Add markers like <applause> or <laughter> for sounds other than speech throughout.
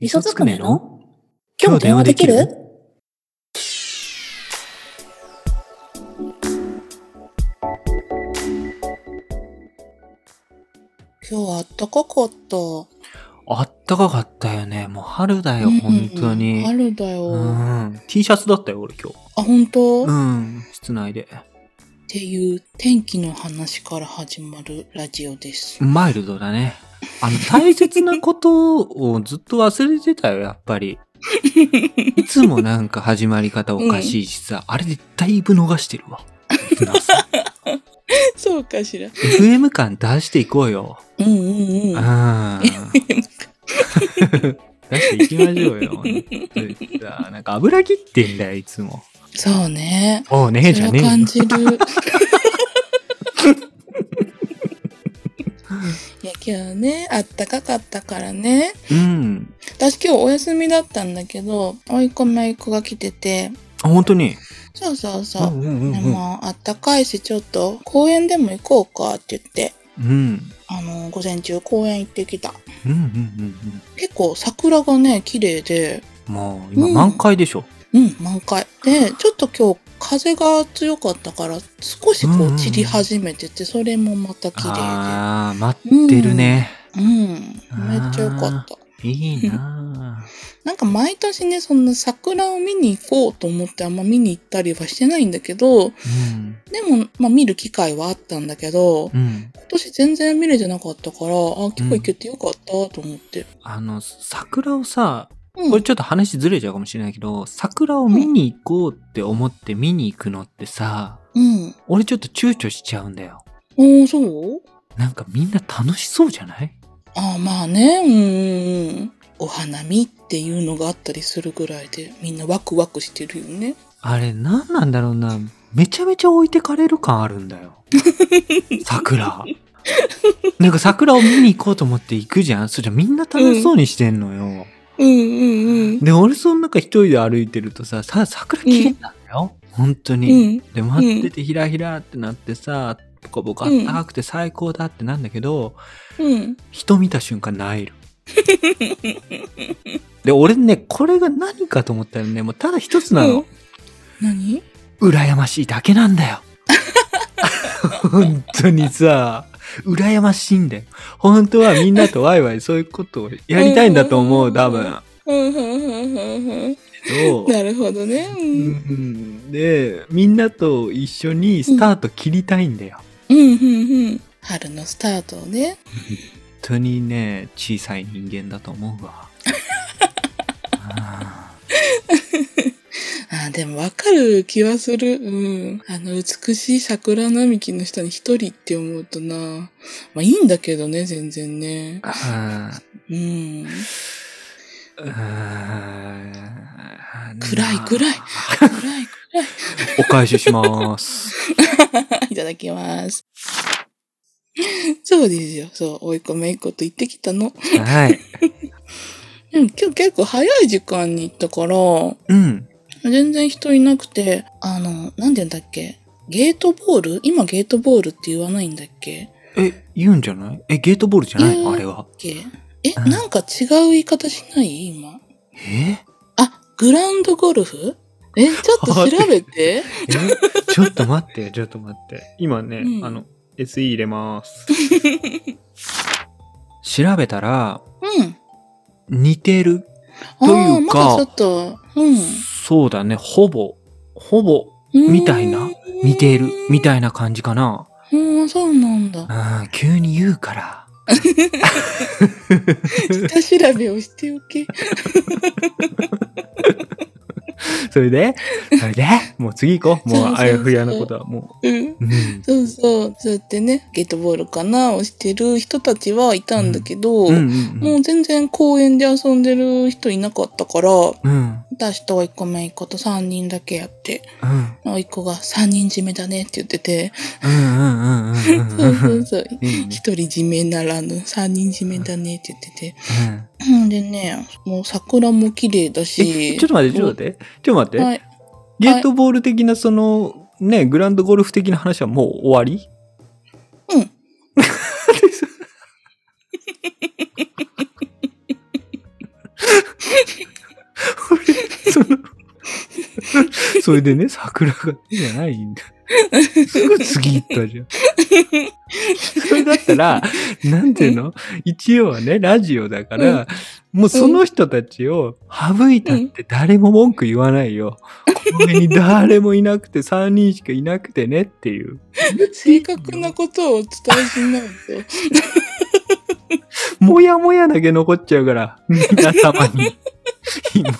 味噌つくねの今日電話できる今日はあったかかった。あったかかったよね。もう春だよ、うん本当に。春だよ。うあ、ん。T シャツだったよ、俺今日。本当、うっん。室内で。ていう天気の話から始まるラジオです。マイルドだね。あの、大切なことをずっと忘れてたよ、やっぱ <laughs> り。いつもなんか始まり方おかしいしさ、あれでだいぶ逃してるわ。 <laughs> なさ <laughs> そうかしら。 FM 感出していこうよ。うんうんう。うんん。 <laughs> 出していきましょうよ。本当に <laughs> さなんか油切ってんだよ、いつも。そうね。おうねえじゃそねれえをよ <laughs> 感じる。いや今日ね、あったかかったからね。うん。私今日お休みだったんだけど、追い込みい子が来てて、あ、本当に。そうそうそうう。んうんうんでうん。も、あったかいし、ちょっと公園でも行こうかって言って、うん。あの、午前中公園行ってきた。うんうんうん結構桜がね、綺麗で、うん。もう今満開でしょ。うん、満開。で、ちょっと今日風が強かったから、少しうんこうんううん散り始めてて、それもまた綺麗ああ、待ってるね。で。うん、めっちゃ良かった。いいななんか毎年ね、そんな桜を見に行こうと思ってあんま見に行ったりはしてないんだけど、あ。うん。でも、まあ見る機会はあったんだけど、うん。今年全然見れてなかったから、あ、今日行けてよかったと思って。あの、桜をさ、うん。これちょっと話ずれちゃうかもしれないけど、桜を見に行こうって思って見に行くのってさ、うん。俺ちょっと躊躇しちゃうんだよ。おー、そうなんかみんな楽しそうじゃないあーまあね、うんうんうん。お花見っていうのがあったりするぐらいで、みんなワクワクしてるよね。あれ何なんだろうな。めちゃめちゃ置いてかれる感あるんだ <laughs> よ。桜。なんか桜を見に行こうと思って行くじゃんそれじゃみんな楽しそうにしてんのよ。うんうんうん。で、俺その中一人で歩いてるとさ、さ、桜綺麗なんだよ。本当うに。ん。で、待っててひらひらってなってさ、ボコボコあったかくて最高だってなんだけど、うん。人見た瞬間萎える。で、俺ね、これが何かと思ったらね、もうただ一つなの。うん何羨ましいだけなんだよ。 <laughs> 本当にさ、羨ましいんだよ。本当はみんなとワイワイそういうことをやりたいんだと思うう、ん多分。うんうんうんうんうん。けどなるほどね。う。うんんで、みんなと一緒にスタート切りたいんだよ。うんうんうん。春のスタートをね。本当にね、小さい人間だと思うわ。ああーでもわかる気はする。うん。あの、美しい桜並木の下に一人って思うとな。まあいいんだけどね、全然ー。ねあうん。ーあー暗い暗い。暗いお返しします。 <laughs> いただきます。そうですよ。そう、追い込めいこと言ってきたの。はい。うん、今日結構早い時間に行ったから、うん。全然人いなくて、あの、なんて言うんだっけゲートボール今ゲートボールって言わないんだっけえ、言うんじゃないえ、ゲートボールじゃないいやのあれは。けえ、うんなんか違う言い方しない今。えあ、グランドゴルフえ、ちょっと調べ <laughs> えて。ちょっと待って、ちょっと待って。今ね、うんあの、SE 入れます。調べたら、うん。似てる。あといーうまかだちょっと、うん。そうだね、ほぼ、ほぼ、みたいな似ている、みたいな感じかな。い。うん、そうなん <laughs> だ。うん、急に言うから。下調べをしておけ。それで、それで、もう次行こう。もそうう、そうそうあやふやなことはもうん。う。うん。そうそう。そうやってね、ゲートボールかなをしてる人たちはいたんだけど、うんうんもう全然公園で遊んでる人いなかったから、うん。うん。私とおいっ子めいっ子と3人だけやって、うん。おいっ子が3人締めだねって言ってて、うんうんうんうんうん。そううんそううんそう。いいね。一人締めならぬ、三人締めだねって言ってて。うんうんでね、もう桜も綺麗だえし。ちょっと待って、ちょっと待って。ちょっと待って。はい。ゲートボール的な、その、ね、グランドゴルフ的な話はもう終わりうん。 <laughs> それでね、桜が手じゃないんだ。すぐ次行ったじゃん。それだったら、なんていうの一応はね、ラジオだから、もうその人たちを省いたって誰も文句言わないよ。これに誰もいなくて、3人しかいなくてねっていう。正確なことをお伝えしないと。もやもやだけ残っちゃうから、皆様に。今、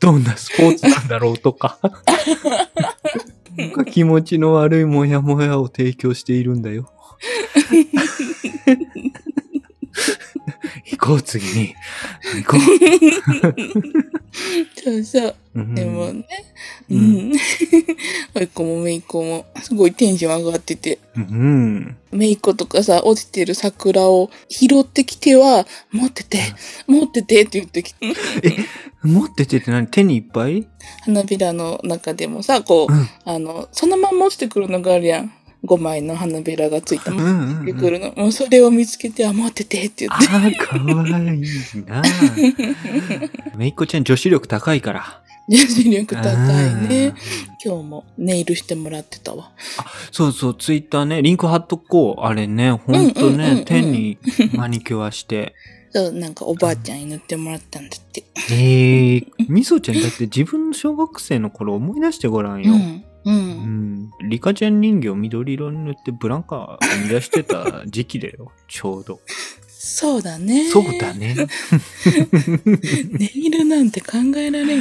どんなスポーツなんだろうとか。なんか気持ちの悪いもやもやを提供しているんだよ。行こう、次に。行こそうそう。う。うんでもね、ううんん。<laughs> おいっ子もめいっ子も、すごいテンション上がってて。うん。めいっ子とかさ、落ちてる桜を拾ってきては、持ってて、持っててって言ってきて、 <laughs> 持っててって何手にいっぱい花びらの中でもさ、こう、うんあの、そのまま落ちてくるのがあるやん。5枚の花びらがついたうまんまうん落ちてうくん。るの。もうそれを見つけて、あ、持っててって言あって。あ、かわいい <laughs> な。めいっこちゃん女子力高いから。女子力高いね。うん今日もネイルしてもらってたわ。そうそう、ツイッターね、リンク貼っとこう。あれね、ほんとうんうんうんうねん、手にマニキュアして。そう、なんかおばあちゃんに塗ってもらったんだって。ええみそちゃんだって自分の小学生の頃思い出してごらんうよ。ん。う。うんん。リカちゃん人形緑色に塗ってブランカ生み出してた時期だよ。ちょうど。そうだね。そうだ。ね。ネイルなんて考えら <laughs> れんね。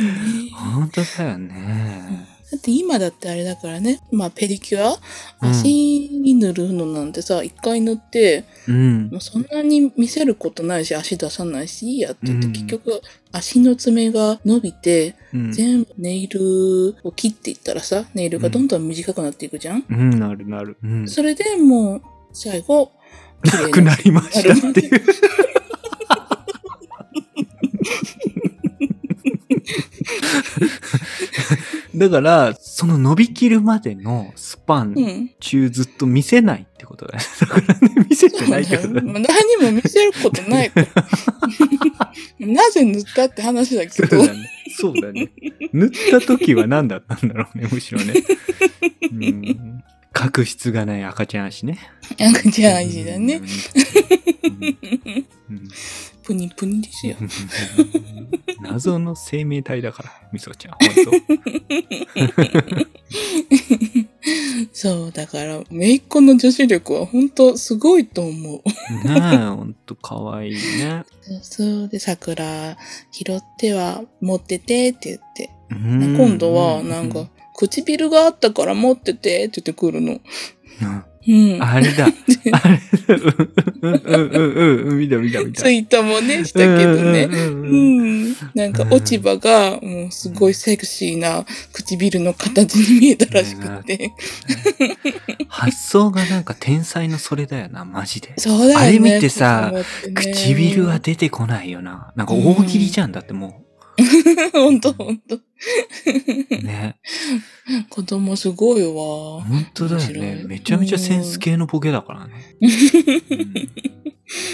ほんとだよね。だって今だってあれだからね。まあペリキュア足に塗るのなんてさ、一回塗って、うんも。うそんなに見せることないし、足出さないし、いいやって言って、うん結局足の爪が伸びて、うん。全部ネイルを切っていったらさ、ネイルがどんどん短くなっていくじゃん、うん、なるなる。うん。それでもう、最後、綺麗なくなりましたって <laughs> いう。だから、その伸びきるまでのスパンうん。中ずっと見せないってことだね。 <laughs> だからね、見せそてうなだいってよことだね。もう <laughs> 何も見せることないから。 <laughs> なぜ塗ったって話だけそどう。だね。 <laughs> そうだね。塗った時は何だったんだろうね、むしろね。うん。角質がない赤ちゃん足ね。なんかじゃあ、いいだね。うん。うんうんプニプニですよ。謎の生命体だから、みそちゃん。本 <laughs> そう、だから、めいっ子の女子力は本当すごいと思う。当。ねえ、ほんとかわいいね。そうで、桜拾っては持っててって言って。うん今度は、なんか、、唇があったから持っててって言ってくるの。うんうん。あれだ。あれうんうんうんうん。見た見た見た。ツイートもね、したけどね。うんうんううんうんん。なんか落ち葉が、もうすごいセクシーな唇の形に見えたらしくて。発想がなんか天才のそれだよな、マジで。そうだよね。あれ見てさこう思ってね唇は出てこないよな。なんか大喜利じゃんだってもほんとほんと。う。ね。子供すごいわ。本当だよ面白ねい。めちゃめちゃセンス系のボケだからね。うん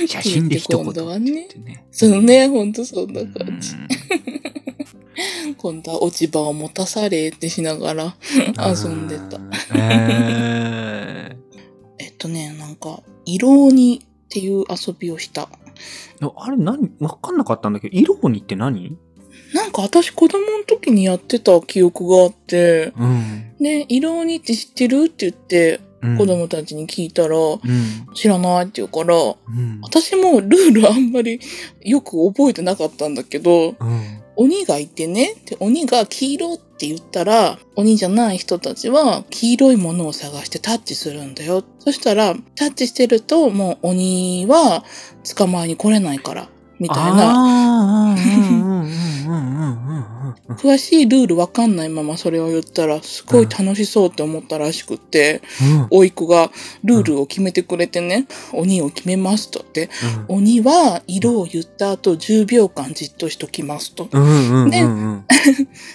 写真で一言って言ってね。そうね、ほんとそんう。なん感じ。今度は落ち葉を持たされってしながら遊んでた。た。ええっとね、なんか、色にっていう遊びをした。ーあれ何わかんなかったんだけど、色鬼って何なんか私子供の時にやってた記憶があって、うん。ね、色鬼って知ってるって言ってうん子。供たちに聞いたら、うん。知らないって言うから、うん。私もルールあんまりよく覚えてなかったんだけど、うん。鬼がいてね、で鬼が黄色って言ったら、鬼じゃない人たちは黄色いものを探してタッチするんだよ。そしたら、タッチしてるともう鬼は捕まえに来れないから、みたいな。あーうんうんうんうんうんうんうん詳しいルールわかんないままそれを言ったら、すごい楽しそうって思ったらしくって、うんおいくがルールを決めてくれてね、鬼を決めますとって、うん鬼は色を言った後10秒間じっとしときますと。うんうんうん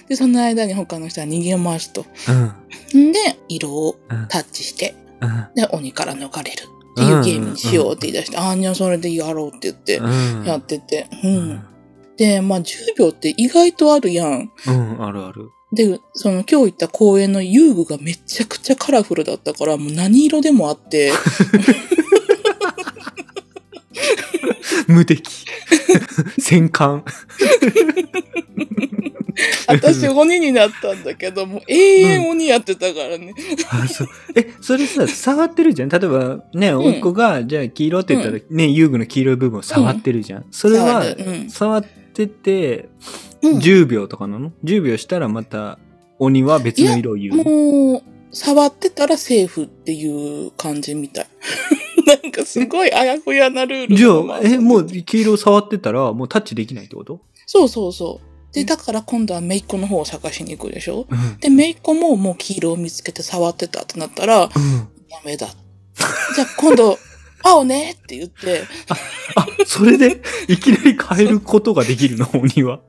で、その間に他の人は逃げますと。うんんで、色をうんタッチして、うんで、鬼から逃れるっていうゲームにしようって言い出して、ああ、じゃあそれでやろうって言って、うんやってて。うん。で、まあ10秒って意外とあるやん。うんあるあるで、その今日行った公園の遊具がめちゃくちゃカラフルだったから、もう何色でもあ <laughs> って、無敵。戦艦。私鬼になったんだけど、もう永遠鬼やってたからね。あそうえ、それさ、触ってるじゃん。例えば、ね、んおいっ子が、じゃあ黄色って言ったら、ね、遊具の黄色い部分を触ってるじゃん。それは触、るうん触ってて、うん10秒とかなの ?10 秒したらまた、鬼は別の色を言うの。もう、触ってたらセーフっていう感じみたい。 <laughs> なんかすごいあやふやなルールじのゃまあ <laughs> ま、え、もう黄色触ってたら、もうタッチできないってことそうそうそう。うで、んだから今度は姪っ子の方を探しに行くでしょうん。で、姪っ子ももう黄色を見つけて触ってたってなったら、うんダメだ。じゃあ今度、青ねって言って、 <laughs> あ、それで、いきなり変えることができ <laughs> るの、鬼は。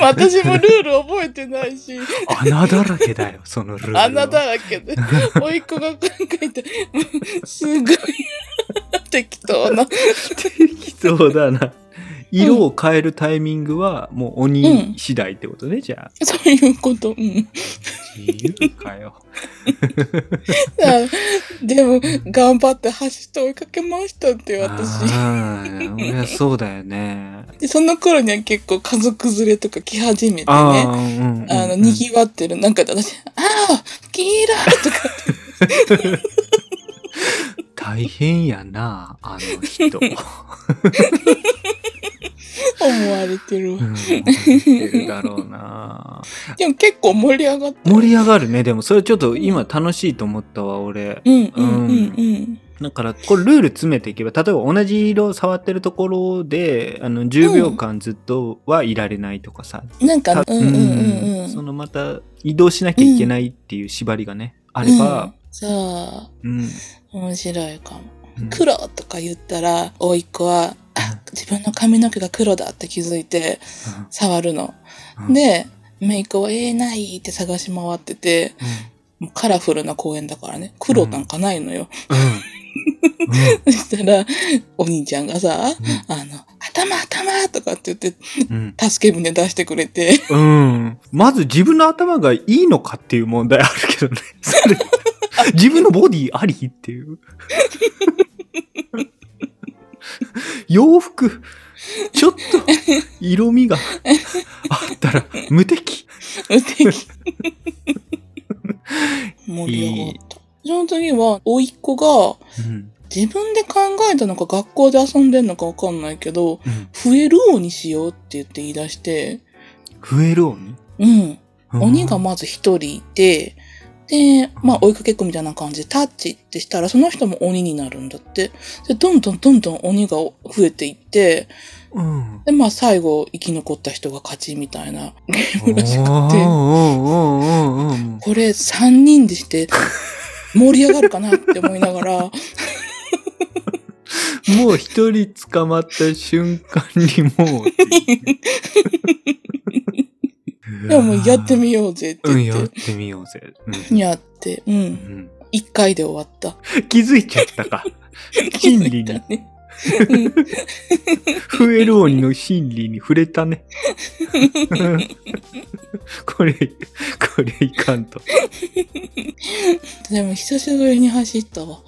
私もルール覚えてないし、穴だらけだよ、そのルールは。穴だらけで、甥いっ子が考えて、 <laughs> すごい <laughs> 適当 <laughs> な。適当だな。色を変えるタイミングはもう鬼次第ってことね、じゃあ。そういうこと。うん自由かよ。さあでも、頑張って走って追いかけましたって、私。あーいやそうだよね。でその頃には結構家族連れとか来始めてね、あああ、うんうんうん。の、賑わってる。なんか私、ああ黄色とか、大変やな、あの人。思われてるう。ん、してるだろうな。でも結構盛り上がった。盛り上がるね、でもそれちょっと今楽しいと思ったわ、俺。うんうんうんうん。だから、これルール詰めていけば、例えば同じ色を触ってるところで、あの、10秒間ずっとはいられないとかさ、なんか、うんうんうんうん。そのまた移動しなきゃいけないっていう縛りがね、あれば、さあ、うん。面白いかも。うん黒とか言ったら、甥いっ子は、あ、自分の髪の毛が黒だって気づいて、触るの。うん、で、メイクを、えー、ないって探し回ってて、もうカラフルな公園だからね、黒なんかないのよ。うん。うんそしたら、お兄ちゃんがさ、あの、頭頭とかって言って、うん助け舟出してくれ <laughs> て、うん。うん。まず自分の頭がいいのかっていう問題あるけどね。それ自分のボディありっていう。洋服、ちょっと色味があったら無敵。無敵。盛り上がった。その次は、甥いっ子が、うん。自分で考えたのか学校で遊んでんのかわかんないけど、うん増える鬼しようって言って言い出して、増える鬼うん。うん鬼がまず一人いて、で、まあ追いかけっこみたいな感じでタッチってしたらその人も鬼になるんだって。で、どんどんどんどん鬼が増えていって、うん。で、まあ最後生き残った人が勝ちみたいなゲームらしくお。ーおーおてーおーおーこれ3人でして <laughs> 盛り上がるかなって思いながら、もう一人捕まった瞬間にもうっていう。でももうやってみようぜってうん、言やっ、っててみようぜ。やって、ううんん。うん1回で終わった。気づいちゃった <laughs> か。心理に、ね。増える鬼の心理に触れた <laughs> ね。これ、これいかんと。 <laughs> でも久しぶりに走ったわ。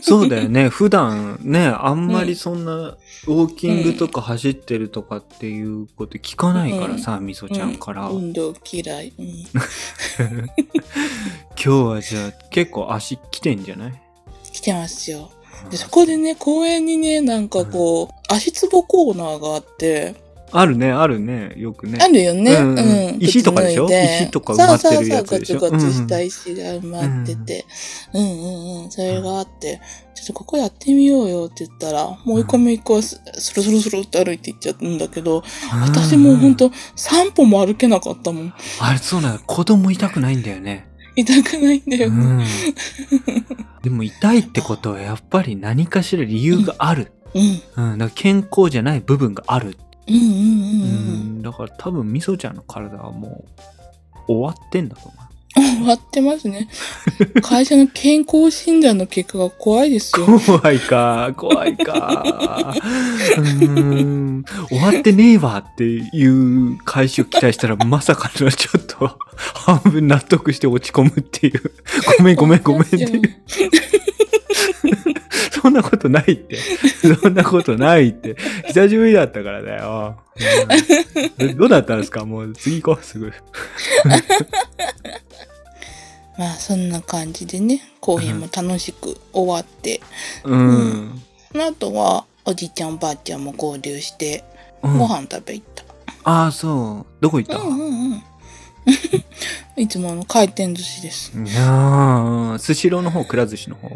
そうだよね。普段ね、あんまりそんな、ウォーキングとか走ってるとかっていうこと聞かないからさ、みそちゃんから。うん運動嫌い。うん今日はじゃあ結構足来てんじゃない来てますよ。で、そこでね、公園にね、なんかこう、足つぼコーナーがあって、あるねあるねよくねあるよね。うんうんうん。石とかでしょ靴脱い石とか埋まってるやつでしょそうそうそう、ガツガうんうツんした石が埋まってて。うんうんうん。それがあって、ちょっとここやってみようよって言ったら、もう一個目一個はススルスルスルって歩いていっちゃうんだけど、私もうほんと3歩も歩けなかったもん。あれそうなの子供痛くないんだよね、痛くないんうだよね。ん、でも痛いってことはやっぱり何かしら理由がある、うん。うんだから健康じゃない部分がある、うんうんううんうん。ん、だから多分みそちゃんの体はもう終わってんだと思う終変わってますね。会社の健康診断の結果が怖いですよ。怖いか、怖いか。うーん。終わってねえわっていう開始を期待したら、まさかのちょっと、半分納得して落ち込むっていう。ごめんごめんごめんっていう。 <laughs> そんなことない <laughs> って。そんなことないって。久しぶりだったからだよ。うん <laughs> どどうだったんですかもう次行こう、すぐ。まあそんな感じでね、後編も楽しく終わって、うん。その後はおじいちゃんおばあちゃんも合流して、うんご飯食べ行った。ああ、そう。どこ行った、うんうんうん。 <laughs> いつもの回転寿司です。いやー、スシローの方、くら寿司の方。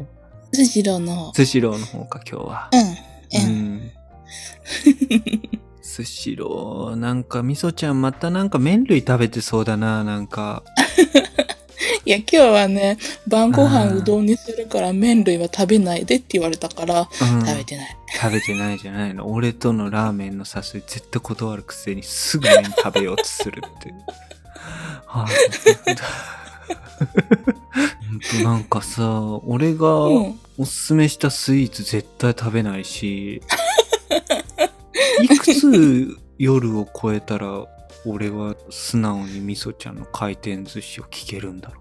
スシローの方。スシローの方か、今日は。うん。う。うんスシロー、なんか、みそちゃんまたなんか麺類食べてそうだな、なんか。いや、今日はね、晩ごあ飯ーうどんにするから麺類は食べないでって言われたから、うん、食べてない。食べてないじゃないの。俺とのラーメンの誘い絶対断るくせにすぐ麺食べようとする <laughs> って。はあ、 <laughs> ほんとなんかさ、俺がうおん。すすめしたスイーツ絶対食べないし、 <laughs> いくつ夜を超えたら俺は素直にみそちゃんの回転寿司を聞けるんだろ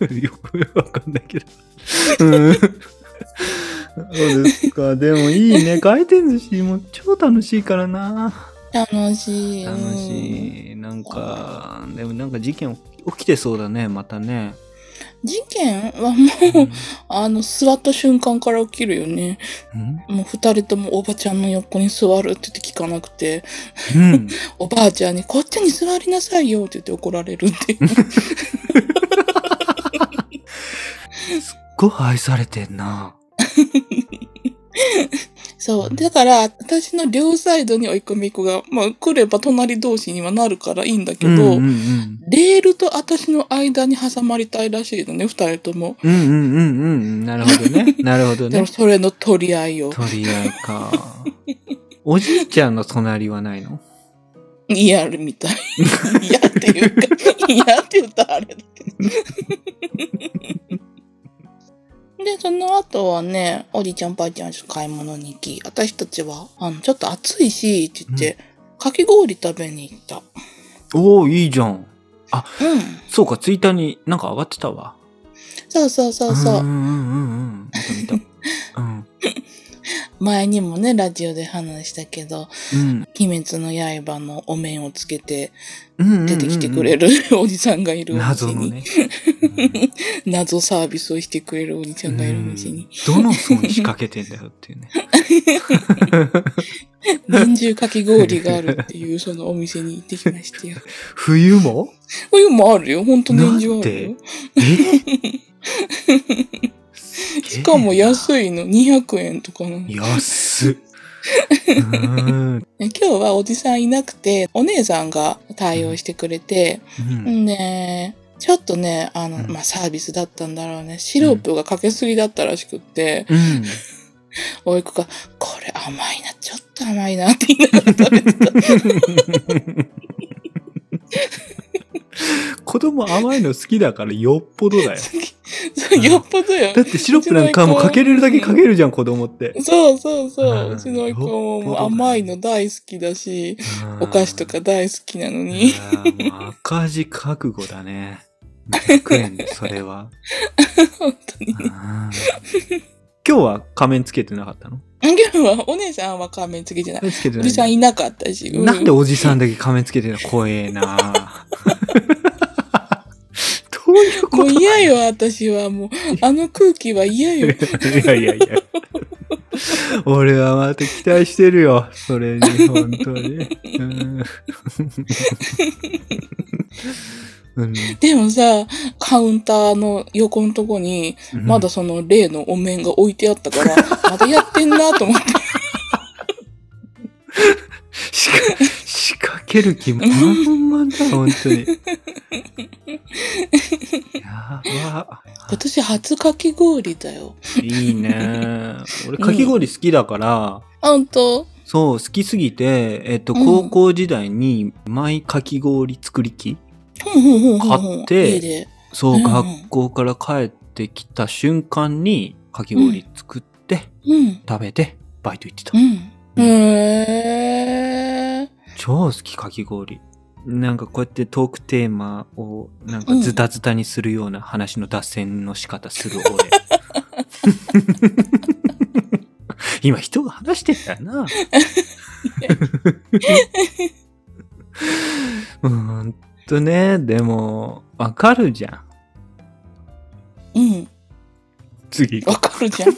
<laughs> う。よくわかんないけど。うんそうですか。でもいいね。回転寿司も超楽しいからな。楽しい。楽い。しい。なんか、でもなんか事件起きてそうだね、また <laughs> ね。事件はもう、あの、座った瞬間から起きるよね。うんもう二人ともおばちゃんの横に座るって言って聞かなくて、うん。おばあちゃんにこっちに座りなさいよって言って怒られ <laughs> るっていう。ご飯愛されてんな。そう。だから、私の両サイドに追い込み子が、まあ、来れば隣同士にはなるからいいんだけど、うんうんうん。レールと私の間に挟まりたいらしいのね、二人とも。うんうんうんうんうん。なるほど <laughs> ね。なるほどでねも、。それの取り合いを。取り合いか。おじいちゃんの隣はないの嫌みたい。 <laughs> 嫌っていうか、嫌って言ったらあれだけど。 <laughs> で、その後はね、おじいちゃんばあちゃんちょっと買い物に行き、私たちは、あの、ちょっと暑いし、って言って、かき氷食べに行った。おおいいじゃん。うん。そうか、ツイッターになんか上がってたわ。そうそうそうそうう。んうんうんうん。見た見た。うん。前にもね、ラジオで話したけど、うん。鬼滅の刃のお面をつけて、うんうんうんうん出てきてくれるおじさんがいるお店謎のに、 <laughs> ね。謎サービスをしてくれるおじちゃんがいるお店うにん、どの層に仕掛けてんだよっていうね。年中かき氷があるっていうそのお店に行って <laughs> きましたよ。 <laughs> 冬も冬もあるよ。ほんと年中なんあるでよ。え <laughs> しかもい。安いの。200円とかなの。え安っ。うん。今日はおじさんいなくて、お姉さんが対応してくれて、うんねちょっとね、あの、うんまあ、サービスだったんだろうね。シロップがかけすぎだったらしくって、うん。おいくが、これ甘いな、ちょっと甘いなって言いながら食べてた。子供甘いの好きだからよっぽどだ <laughs> よ。そうよっぽどよだ。ってシロップなんかもうかけれるだけかけるじゃん、子供って。そうそうそうう。んうちの子もよっぽどもうだ甘いの大好きだし、お菓子とか大好きなのいに。やーもう赤字覚悟だ <laughs> ね。100円でそれは。本当に。あー今日は仮面つけてなかったの今日はお姉さんは仮面つけてない。仮面つけておないじさんいなかったし。うなんでおじさんだけ仮面つけてるの怖え <laughs> などういうこともう嫌よ、私は。もう、あの空気は嫌 <laughs> よ。いやいやいや。俺はまた期待してるよ。それに、本当に。うん。うんでもさ、カウンターの横のとこに、まだ、その例のお面が置いてあっ <laughs> たから、まだやってんなと思って。仕掛仕掛ける気満々だ、本当に。やば。今年初かき氷だよ。いいね。俺、かき氷好きだから、あ、ほんとそう、好きすぎて、えっと、うん高校時代に、マイかき氷作り機ほんほんほんほんほ買っんて家で。そう、うんうん学校から帰ってきた瞬間に、かき氷作って、うん。食べて、バイト行ってた。うん。へー。超好き、かき氷。なんかこうやってトークテーマをなんかズタズタにするような話の脱線の仕方する俺。 <laughs> 今人が話してたよ <laughs> な。 <laughs> うーんとね、でもわかるじゃん。うん。次わかかるじゃ <laughs> ん。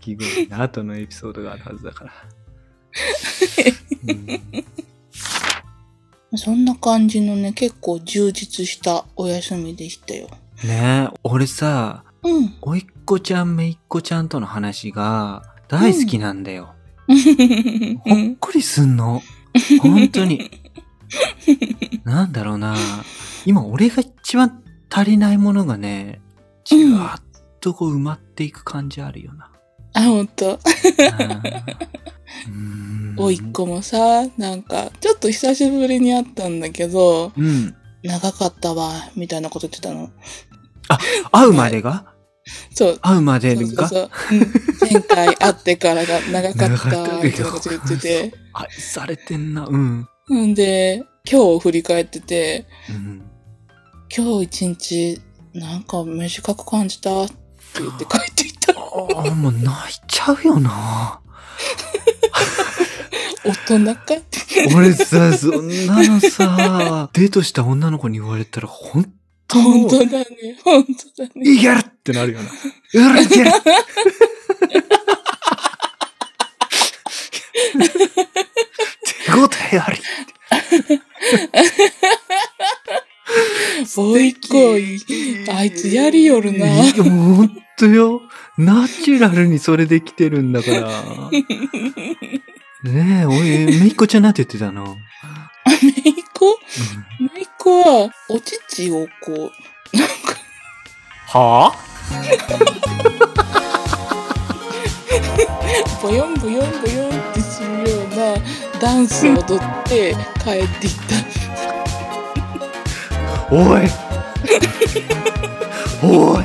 き氷の後のエピソードがあるはずだ <laughs> から。うんそんな感じのね、結構充実したお休みでしたよ。ねえ、俺さ、うん。おいっ子ちゃんめいっ子ちゃんとの話が大好きなんだよ。うほっん。こりすんの。本当に。なんだろうな。今俺が一番足りないものがね、じわーっとこう埋まっていく感じあるよな。あ、ほんうと。ん <laughs> おいっ。子もさ、なんか、ちょっと久しぶりに会ったんだけど、うん。長かったわ、みたいなこと言ってたの。会うまでがそう。会うまでそうそうがそう。うん前回会ってからが長かっ長かったた、みたいなこと言ってて。愛されてんな。うん。んで、今日を振り返ってて、うん、今日一日、なんか短く感じたって言って帰っていった。ああ、もう泣いちゃうよな。大人かって。俺さ、そんなの <laughs> さ、デートした女の子に言われたら、本当本当だね。本当だね。いけるってなるよな。うるいける手応えあり。おいっ子いあいつやりよるないやもう本当よ。ナチュラルにそれできてるんだ <laughs> から。ねえ、おい、めいっ子ちゃんなんて言ってたの、うんめいっ子めいっ子は、お乳をこう、なんか、はあボヨンボヨンボヨンってするようなダンスを踊って帰っていった。おいおい